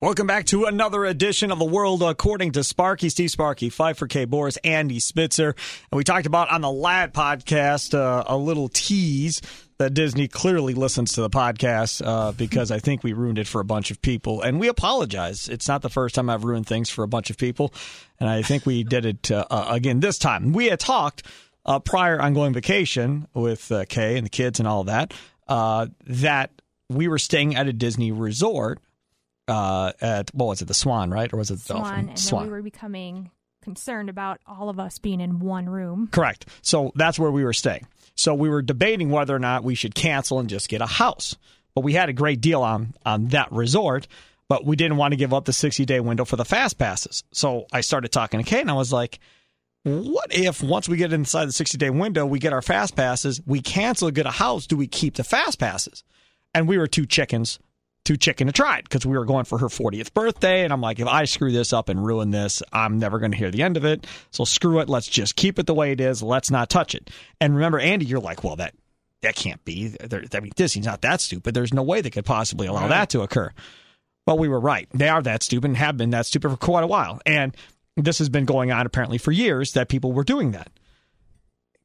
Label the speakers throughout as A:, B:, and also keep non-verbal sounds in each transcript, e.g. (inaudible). A: Welcome back to another edition of The World According to Sparky, Steve Sparky, Five for K Boris, Andy Spitzer. And we talked about on the Lad podcast uh, a little tease that Disney clearly listens to the podcast uh, because I think we ruined it for a bunch of people. And we apologize. It's not the first time I've ruined things for a bunch of people. And I think we did it uh, uh, again this time. We had talked uh, prior ongoing vacation with uh, Kay and the kids and all that, uh, that we were staying at a Disney resort uh, at what was it, the Swan, right, or was it the
B: Swan,
A: Dolphin?
B: and then we were becoming concerned about all of us being in one room.
A: Correct. So that's where we were staying. So we were debating whether or not we should cancel and just get a house. But we had a great deal on on that resort, but we didn't want to give up the 60 day window for the fast passes. So I started talking to Kate and I was like, what if once we get inside the 60 day window, we get our fast passes, we cancel, get a house, do we keep the fast passes? And we were two chickens, two chicken to try it because we were going for her 40th birthday. And I'm like, if I screw this up and ruin this, I'm never going to hear the end of it. So screw it. Let's just keep it the way it is. Let's not touch it. And remember, Andy, you're like, well, that. That can't be. There, I mean, Disney's not that stupid. There's no way they could possibly allow that to occur. Well, we were right. They are that stupid and have been that stupid for quite a while. And this has been going on apparently for years that people were doing that.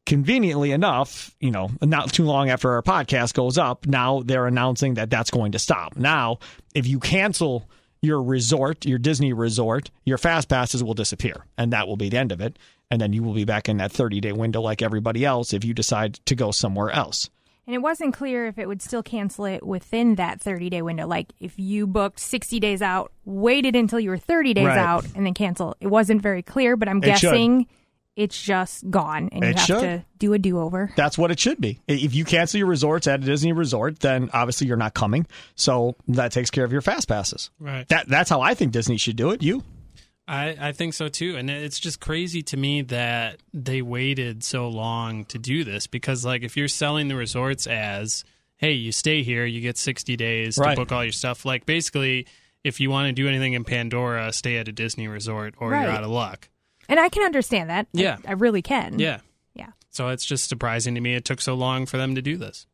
A: Conveniently enough, you know, not too long after our podcast goes up, now they're announcing that that's going to stop. Now, if you cancel your resort, your Disney resort, your fast passes will disappear and that will be the end of it. And then you will be back in that 30 day window like everybody else if you decide to go somewhere else.
B: And it wasn't clear if it would still cancel it within that 30 day window. Like if you booked 60 days out, waited until you were 30 days
A: Right.
B: out, and then cancel. It wasn't very clear, but I'm
A: It should.
B: guessing it's just gone and you
A: It
B: have
A: should.
B: to do a do over.
A: That's what it should be. I- If you cancel your resorts at a Disney resort, then obviously you're not coming. So that takes care of your fast passes.
C: Right.
A: That that's how I think Disney should do it. You
C: I, I think so too. And it's just crazy to me that they waited so long to do this because, like, if you're selling the resorts as, hey, you stay here, you get 60 days
A: Right.
C: to book all your stuff, like, basically, if you want to do anything in Pandora, stay at a Disney resort or
B: Right.
C: you're out of luck.
B: And I can understand that. I-
C: Yeah.
B: I, really
A: Hmm.
B: can.
C: Yeah.
B: Yeah.
C: So it's just surprising to me it took so long for them to do this.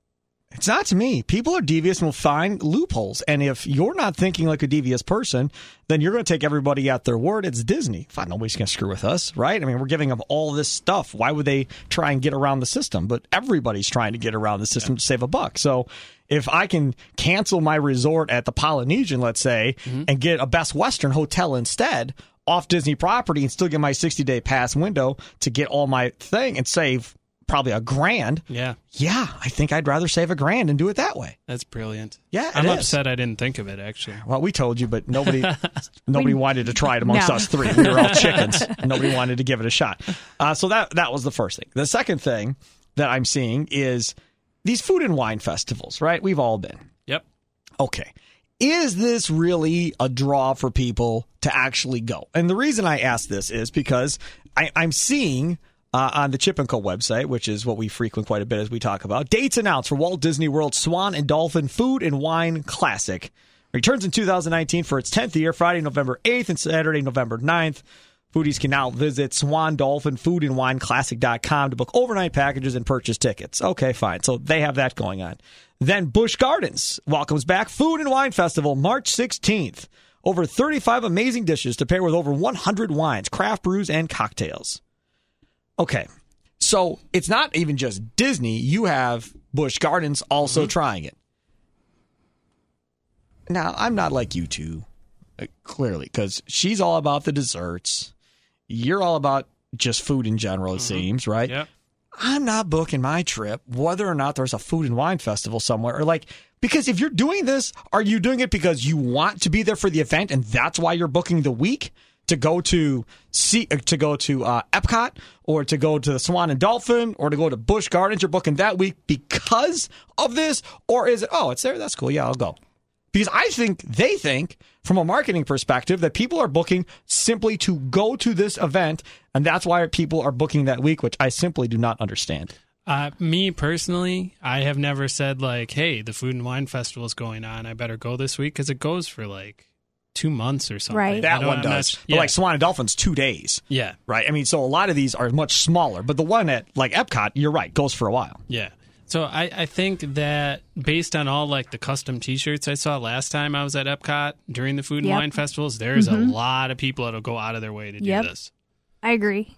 A: It's not to me. People are devious and will find loopholes. And if you're not thinking like a devious person, then you're going to take everybody at their word. It's Disney. Fine, nobody's going to screw with us, right? I mean, we're giving them all this stuff. Why would they try and get around the system? But everybody's trying to get around the system to save a buck. So if I can cancel my resort at the Polynesian, let's say, and get a Best Western hotel instead off Disney property and still get my 60 day pass window to get all my thing and save probably a grand
C: Yeah.
A: yeah, I think I'd rather save a grand and do it that way.
C: That's brilliant.
A: Yeah, it
C: I'm
A: is.
C: upset I didn't think of it, actually.
A: Well, we told you, but nobody nobody wanted to try it amongst
B: No.
A: us three. We were all chickens. nobody wanted to give it a shot. Uh, so that that was the first thing. The second thing that I'm seeing is these food and wine festivals. Right, we've all been.
C: Yep.
A: okay, is this really a draw for people to actually go? And the reason I ask this is because I, I'm seeing uh, on the Chip and Co website, which is what we frequent quite a bit as we talk about, dates announced for Walt Disney World Swan and Dolphin Food and Wine Classic. Returns in 2019 for its 10th year, Friday, November 8th and Saturday, November 9th. Foodies can now visit Swan Dolphin Food and Wine Classic.com to book overnight packages and purchase tickets. Okay, fine. So they have that going on. Then Busch Gardens welcomes back Food and Wine Festival March 16th. Over 35 amazing dishes to pair with over 100 wines, craft brews, and cocktails. Okay. So it's not even just Disney. You have Busch Gardens also trying it. Now, I'm not like you two, uh, clearly, because she's all about the desserts. You're all about just food in general, it seems, right?
C: Yep.
A: I'm not booking my trip, whether or not there's a food and wine festival somewhere, or like, because if you're doing this, are you doing it because you want to be there for the event and that's why you're booking the week to go to see uh, to go to uh, Epcot or to go to the Swan and Dolphin or to go to Busch Gardens? You're booking that week because of this, or is it? Oh, it's there. That's cool. Yeah, I'll go. Because I think they think, from a marketing perspective, that people are booking simply to go to this event, and that's why people are booking that week, which I simply do not understand.
C: Uh, me personally, I have never said like, "Hey, the food and wine festival is going on. I better go this week" because it goes for like two months or something.
B: Right.
C: I
A: That
C: don't-
A: one
C: I'm not
A: does,
C: s-
A: but
C: yeah,
A: like Swan and Dolphins, two days,
C: yeah,
A: right? I mean, so a lot of these are much smaller, but the one at like Epcot, you're right, goes for a while.
C: yeah. So I, I think that based on all like the custom T-shirts I saw last time I was at Epcot during the Food and
B: Yep. Mm-hmm.
C: Wine festivals, there's a lot of people that'll go out of their way to do
B: Yep.
C: this.
B: I agree.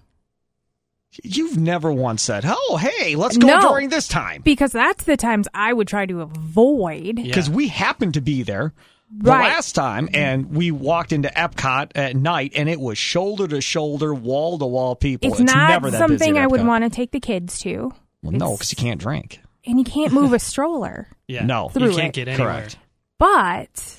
A: You've never once said, "Oh, hey, let's go
B: No.
A: during this time,"
B: Because that's the times I would try to avoid.
C: Yeah.
A: because we happened to be there the
B: Right.
A: last time, and we walked into Epcot at night, and it was shoulder to shoulder, wall to wall people.
B: It's, not
A: never that busy
B: something
A: at
B: I would
A: Epcot.
B: want to take the kids to.
A: Well, no, because you can't drink.
B: And you
A: (laughs)
B: can't move a stroller.
C: Yeah,
A: No.
C: you
B: Through
C: can't
B: it.
C: get anywhere.
A: Correct.
B: But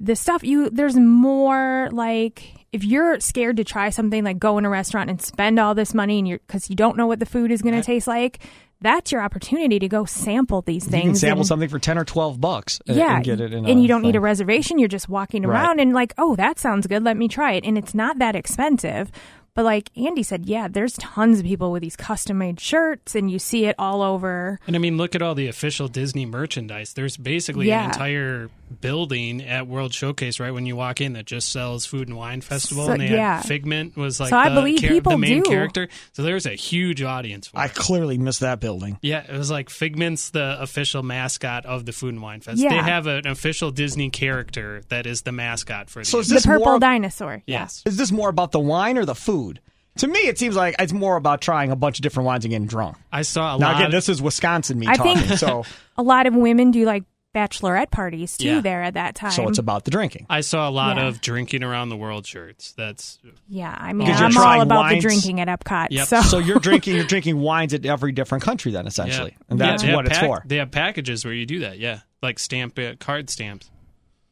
B: the stuff you there's more like if you're scared to try something like go in a restaurant and spend all this money and you're because you don't know what the food is going to taste like, that's your opportunity to go sample these things.
A: You can sample
B: and-
A: something for ten or twelve bucks. and-
B: yeah,
A: and get it in.
B: and
A: a
B: you don't need
A: thing.
B: a reservation. You're just walking
A: Right.
B: around and like, oh, that sounds good. Let me try it. And it's not that expensive. But like Andy said, yeah, there's tons of people with these custom made shirts, and you see it all over.
C: And I mean, look at all the official Disney merchandise. There's basically
B: Yeah.
C: an entire building at World Showcase right when you walk in that just sells Food and Wine Festival.
B: So-
C: and they
B: yeah.
C: had Figment was like
B: So
C: the,
B: I believe
C: char- the
B: people
C: main
B: do.
C: character. So there's a huge audience for
A: I
C: it.
A: clearly missed that building.
C: Yeah, it was like Figment's the official mascot of the Food and Wine Fest. They
B: Yeah.
C: have an official Disney character that is the mascot for the
A: So is
C: event.
A: this
B: the purple
A: more?
B: dinosaur.
C: Yes.
A: is this more about the wine or the food? To me, it seems like it's more about trying a bunch of different wines and getting drunk.
C: I saw a
A: Now,
C: lot
A: again,
C: of-
A: this is Wisconsin me
B: I
A: talking,
B: think- (laughs)
A: so
B: a lot of women do like bachelorette parties too
C: Yeah.
B: there at that time.
A: so it's about the drinking.
C: I saw a lot
B: Yeah.
C: of drinking around the world shirts. That's
B: yeah, I mean,
A: Because you're
B: I'm
A: trying
B: all about
A: wines.
B: the drinking at Epcot.
C: Yep.
B: So,
A: So you're drinking, you're drinking wines at every different country, then essentially,
C: Yeah.
A: and that's
C: Yeah, they have
A: what it's
C: pack-
A: for.
C: They have packages where you do that. Yeah, like stamp uh, card stamps.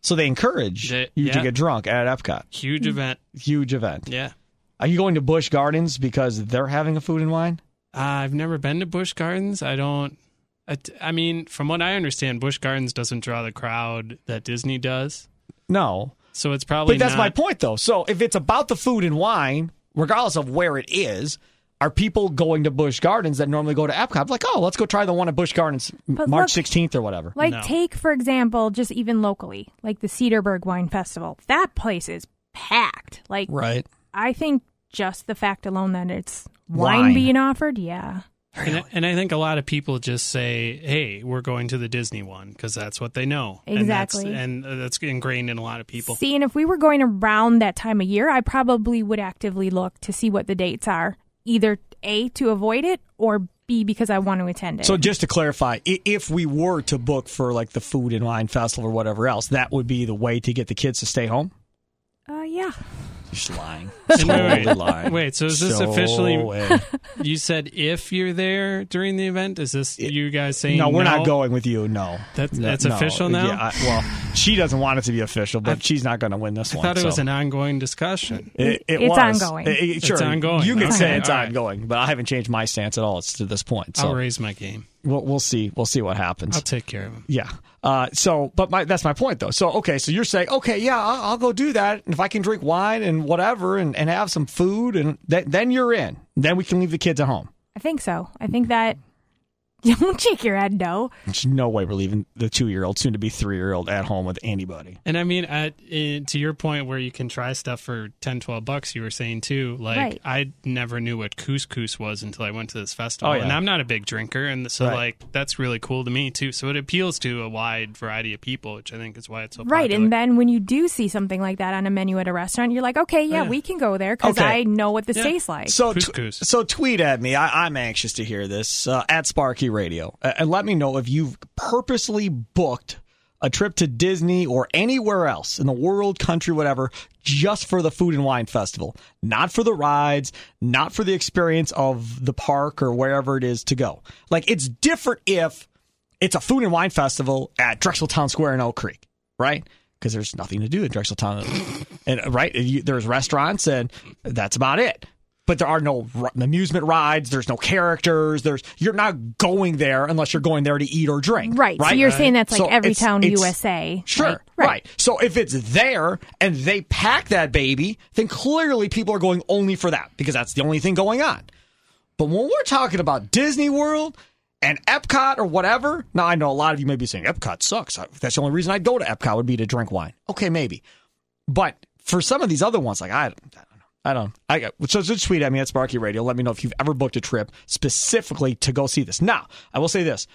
A: So they encourage
C: They-
A: you to
C: yeah.
A: get drunk at Epcot.
C: Huge event.
A: Huge event.
C: Yeah.
A: Are you going to Busch Gardens because they're having a food and wine?
C: Uh, I've never been to Busch Gardens. I don't. I, t- I mean, from what I understand, Busch Gardens doesn't draw the crowd that Disney does.
A: No,
C: So it's probably
A: but that's
C: not-
A: my point, though. So if it's about the food and wine, regardless of where it is. Are people going to Busch Gardens that normally go to Epcot? Like, oh, let's go try the one at Busch Gardens m-
B: But
A: March
B: look-
A: 16th or whatever.
B: (laughs) like,
C: No.
B: take for example, just even locally, like the Cedarburg Wine Festival. That place is packed. Like,
A: Right.
B: I think just the fact alone that it's wine,
A: Wine.
B: being offered, yeah.
C: And I, and I think a lot of people just say, "Hey, we're going to the Disney one" because that's what they know.
B: Exactly.
C: And that's, and that's ingrained in a lot of people.
A: (laughs)
B: See, and if we were going around that time of year, I probably would actively look to see what the dates are, either A, to avoid it, or B, because I want to attend it.
A: So just to clarify, i- if we were to book for like the food and wine festival or whatever else, that would be the way to get the kids to stay home.
B: uh, yeah.
A: You're just lying.
C: And wait,
A: (laughs) Totally
C: wait,
A: lying.
C: wait, so is this
A: So (laughs)
C: officially-
A: way.
C: You said if you're there during the event, is this you guys saying?
A: No, we're not going with you. No,
C: That's-
A: No,
C: that's
A: no.
C: official now?
A: Yeah, I- well, she doesn't want it to be official, but she's not going to win this
C: I
A: one.
C: thought it was
A: so.
C: an ongoing discussion.
A: It, it
B: It's
A: was.
B: ongoing.
A: It- it-
C: It's
A: sure,
C: ongoing.
A: You can
C: Okay.
A: say it's
C: All right.
A: ongoing, but I haven't changed my stance at all. It's to this point, so
C: I'll raise my game.
A: we'll, we'll see. We'll see what happens.
C: I'll take care of him.
A: Yeah. Uh, so, but my that's my point though. So, okay, so you're saying, okay, yeah, I'll, I'll go do that, and if I can drink wine and whatever, and, and have some food, and th- then you're in. Then we can leave the kids at home.
B: I think so. I think that. (laughs) Don't shake your head, no.
A: There's no way we're leaving the two year old, soon to be three year old, at home with anybody.
C: And I mean, at, eh, to your point where you can try stuff for 10, 12 bucks, you were saying too, like,
B: Right.
C: I never knew what couscous was until I went to this festival.
A: Oh, yeah.
C: And I'm not a big drinker. And so,
A: Right.
C: like, that's really cool to me too. So it appeals to a wide variety of people, which I think is why it's so
B: Right,
C: popular.
B: and then when you do see something like that on a menu at a restaurant, you're like, okay, yeah,
C: yeah.
B: we can go there because
A: Oh, Okay.
B: I know what this
C: Yeah.
B: tastes like.
A: So,
C: Coos
A: tw-
C: coos.
A: so tweet at me. I, I'm anxious to hear this uh, at Sparky Radio, uh, and let me know if you've purposely booked a trip to Disney or anywhere else in the world, country, whatever, just for the Food and Wine Festival, not for the rides, not for the experience of the park or wherever it is to go. Like it's different if it's a food and wine festival at Drexel Town Square in Oak Creek, right? Because there's nothing to do in Drexel Town, and right you, there's restaurants and that's about it. But there are no r- amusement rides. There's no characters. There's you're not going there unless you're going there to eat or drink.
B: right, so you're saying that's like
A: So
B: every
A: it's-
B: town
A: it's-
B: USA.
A: Sure.
B: like-
A: right. So if it's there and they pack that baby, then clearly people are going only for that because that's the only thing going on. But when we're talking about Disney World and Epcot or whatever, now I know a lot of you may be saying Epcot sucks. I- That's the only reason I'd go to Epcot would be to drink wine. Okay, maybe. But for some of these other ones, like I, I don't know. I don't. I got so just tweet at me at Sparky Radio. Let me know if you've ever booked a trip specifically to go see this. Now, I will say this: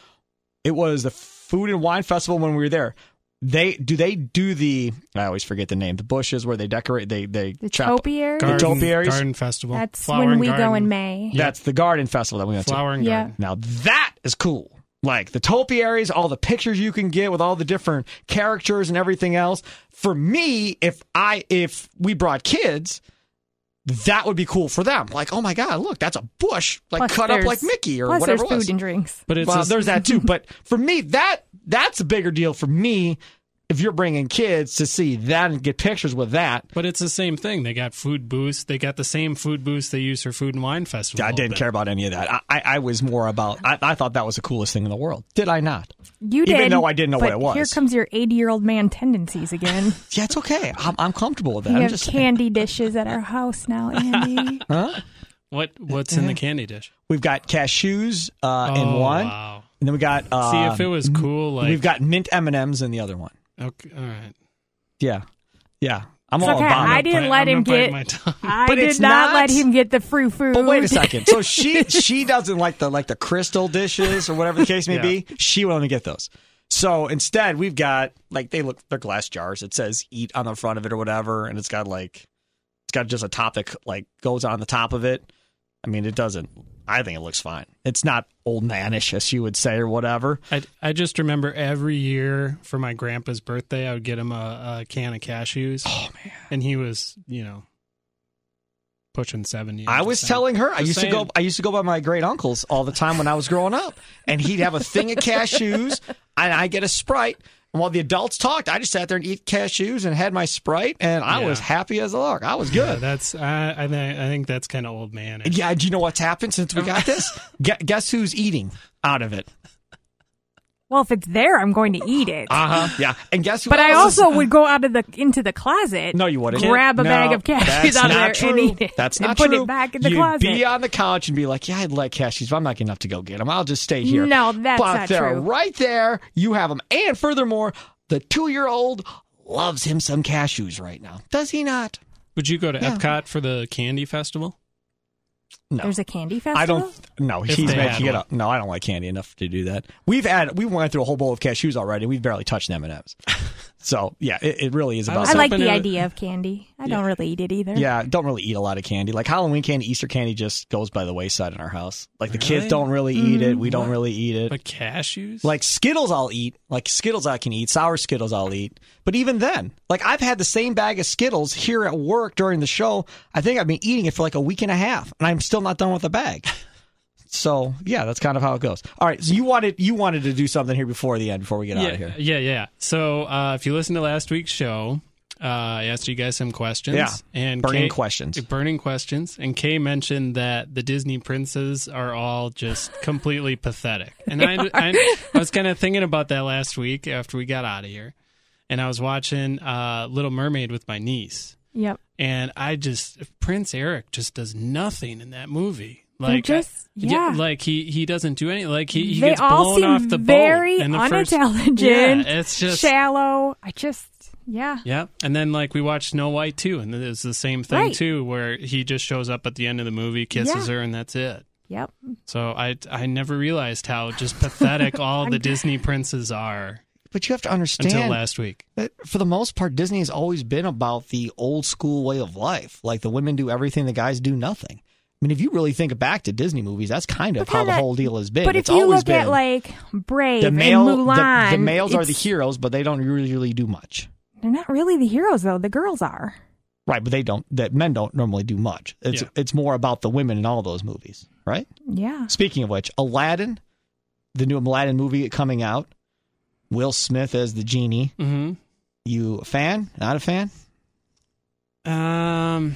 A: It was the Food and Wine Festival when we were there. They do they do the I always forget the name the bushes where they decorate they they
B: The
A: chop-
B: topiary.
A: Gar- topiaries?
C: garden festival.
B: That's
C: Flower
B: when
C: and
B: we go
C: garden.
B: in May.
A: That's the garden festival that we went
C: Flower and
B: Yeah.
C: garden.
A: to. Now that is cool. Like the topiaries, all the pictures you can get with all the different characters and everything else. For me, if I if we brought kids, that would be cool for them. Like, oh my god, look, that's a bush like
B: Plus
A: cut up
B: there's-
A: like Mickey or
B: plus
A: whatever.
B: there's
A: it
B: food
A: was.
B: and drinks.
C: But it's
A: well,
C: a-
A: there's that
B: (laughs)
A: too. But for me, that that's a bigger deal for me. If you're bringing kids to see that and get pictures with that,
C: But it's the same thing. They got food booths. They got the same food booths they use for food and wine festival.
A: I didn't
C: But
A: care about any of that. I, I, I was more about. I, I thought that was the coolest thing in the world. Did I not?
B: You
A: Even
B: did.
A: though I didn't know what
B: but
A: it was.
B: Here comes your 80 year old man
A: (laughs)
B: tendencies again.
A: Yeah, it's okay. I'm, I'm comfortable with that.
B: we
A: I'm
B: have
A: just saying.
B: candy dishes at our house now, Andy.
A: (laughs)
C: What what's in the candy dish?
A: We've got cashews uh, in
C: Oh,
A: one,
C: Wow.
A: and then we got. Uh,
C: See if it was cool. Like
A: we've got mint M and M's in the other one.
C: Okay, all right.
A: Yeah, yeah. I'm
B: It's
A: all
B: okay.
A: about it.
B: I didn't
C: Bite-
B: let
C: I'm
B: him
C: gonna bite
B: get-
C: my tongue. (laughs)
B: I
A: But
B: did
A: it's
B: not,
A: not-
B: let him get the frou frou.
A: But wait a second. So she she doesn't like the like the crystal dishes or whatever the case may be. She will only get those. So instead, we've got like they look they're glass jars. It says "eat" on the front of it or whatever, and it's got like it's got just a top that like goes on the top of it. I mean, it doesn't. I think it looks fine. It's not old manish as you would say or whatever.
C: I, I just remember every year for my grandpa's birthday, I would get him a, a can of cashews. Oh man! And he was, you know, pushing seventy.
A: I
C: I'm
A: was
C: just saying.
A: telling her I
C: Just
A: used to
C: saying.
A: go I used to go by my great uncles all the time when I was growing up. And he'd have a thing of
C: (laughs)
A: cashews and I get a Sprite. And while the adults talked, I just sat there and eat cashews and had my Sprite and I
C: Yeah.
A: was happy as a lark. I was
C: Yeah,
A: good.
C: that's I I, think I think that's kind of old man.
A: Yeah, do you know what's happened since we got
C: (laughs)
A: this? Gu- Guess who's eating out of it?
B: well, if it's there, I'm going to eat it.
A: Uh
C: Uh-huh.
A: huh. Yeah. And guess who
B: but I
A: else is-
B: also would go out of the into the closet.
A: No, you wouldn't.
B: Grab a
A: No,
B: bag of cashews (laughs)
A: that's
B: out of
A: not
B: there
A: true.
B: and eat it.
A: That's
B: and
A: not
B: put
A: true.
B: it back in the
A: You'd
B: closet.
A: be on the couch and be like, "Yeah, I'd like cashews, but I'm not enough to go get them. I'll just stay here."
B: No, that's
A: but
B: not
A: they're
B: true.
A: Right there, you have them. And furthermore, the two-year-old loves him some cashews right now. Does he not?
C: Would you go to Epcot for the candy festival?
A: No,
B: There's a candy festival.
A: I don't. No,
C: If
A: he's
C: they had
A: making it
C: one.
A: up. No, I don't like candy enough to do that. We've had we went through a whole bowl of cashews already. We've barely touched M and M's. (laughs) So yeah, it, it really is
C: I
A: about.
B: I
C: was
A: that.
B: like
C: Something
B: the
C: to-
B: idea of candy. I don't really eat it either.
C: (laughs)
A: Yeah, don't really eat a lot of candy. Like Halloween candy, Easter candy just goes by the wayside in our house. Like the kids
C: Really? Mm-hmm.
A: don't really eat it. We don't really eat it.
C: But cashews?
A: Like Skittles, I'll eat. Like Skittles, I can eat. Sour Skittles, I'll eat. But even then, like I've had the same bag of Skittles here at work during the show. I think I've been eating it for like a week and a half, and I'm still not done with the
C: (laughs)
A: bag. So yeah, that's kind of how it goes. All right, so you wanted you wanted to do something here before the end, before we get
C: yeah,
A: out of here.
C: yeah, yeah. So uh, if you listen to last week's show, uh, I asked you guys some questions.
A: Yeah.
C: and
A: Burning
C: Kay-
A: questions.
C: Burning questions. And Kay mentioned that the Disney princes are
B: (laughs)
C: all just completely pathetic. And I, I, I was kind of thinking about that last week after we got out of here, and I was watching uh, Little Mermaid with my niece,
B: Yep.
C: and I just Prince Eric just does nothing in that movie. Like
B: They're just-
C: I-
B: yeah.
C: like he he doesn't do any like he, he
B: they
C: gets
B: all
C: blown
B: seem
C: off the boat
B: very
C: in the first-
B: unintelligent.
C: yeah, it's just
B: shallow. I just yeah.
C: yeah, and then like we watched Snow White too, and it was the same thing
B: Right.
C: too, where he just shows up at the end of the movie, kisses
B: Yeah.
C: her, and that's it.
B: Yep.
C: So I I never realized
B: (laughs)
C: how just pathetic all the Disney princes are
A: But you have to
C: until
A: understand
C: last week.
A: that for the most part, Disney has always been about the old school way of life. Like the women do everything, the guys do nothing. I mean, if you really think back to Disney movies, that's kind of
B: But
A: how the
B: kinda-
A: whole deal has been.
B: But
A: it's
B: if you
A: always
B: look
A: been
B: at like Brave
A: the male,
B: and Mulan,
A: the, the males are the
B: it's-
A: heroes, but they don't usually do much.
B: They're not really the heroes though. The girls are.
A: Right, but they don't. That men don't normally do much. It's
C: Yeah.
A: it's more about the women in all those movies, right?
B: Yeah.
A: Speaking of which, Aladdin, the new Aladdin movie coming out, Will Smith as the genie.
C: hmm
A: You a fan? Not a fan?
C: Um,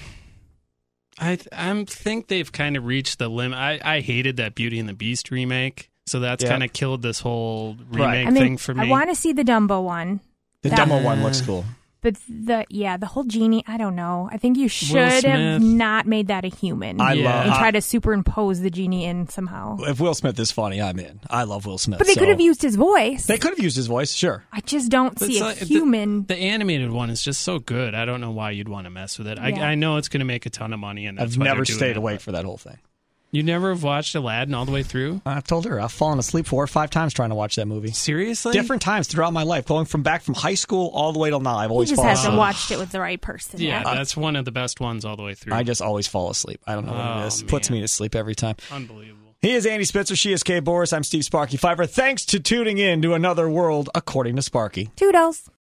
C: I th- I'm think they've kind of reached the limit. I I hated that Beauty and the Beast remake, so that's
A: Yeah.
C: kind of killed this whole
A: Right.
C: remake
B: I mean,
C: thing for me.
B: I want to see the Dumbo one,
A: The
B: That-
A: demo one looks cool.
B: but the yeah, the whole genie. I don't know. I think you should
C: Smith.
B: have not made that a human
A: I
C: Yeah.
A: love.
B: and
A: I-
B: try to superimpose the genie in somehow.
A: if Will Smith is funny, I'm in. I love Will Smith.
B: But they
A: so-
B: could have used his voice.
A: They could have used his voice, sure.
B: I just don't see
C: It's
B: a
C: like- the-
B: human.
C: The, animated one is just so good. I don't know why you'd want to mess with it. I,
B: Yeah.
C: I know it's going to make a ton of money, and that's
A: I've
C: why
A: never
C: they're doing
A: stayed
C: it.
A: awake for that whole thing.
C: You never have watched Aladdin all the way through?
A: I've told her I've fallen asleep four or five times trying to watch that movie.
C: Seriously?
A: Different times throughout my life, going from back from high school all the way till now. I've
B: You
A: always
B: just
A: fallen
B: haven't
A: asleep.
B: watched it with the right person.
C: Yeah,
B: yet.
C: that's one of the best ones all the way through.
A: I just always fall asleep. I don't know what it
C: Oh,
A: is. Puts
C: man.
A: me to sleep every time.
C: Unbelievable.
A: He is Andy Spitzer. She is Kay Boris. I'm Steve Sparky Fiverr. Thanks to tuning in to another world according to Sparky.
B: Toodles.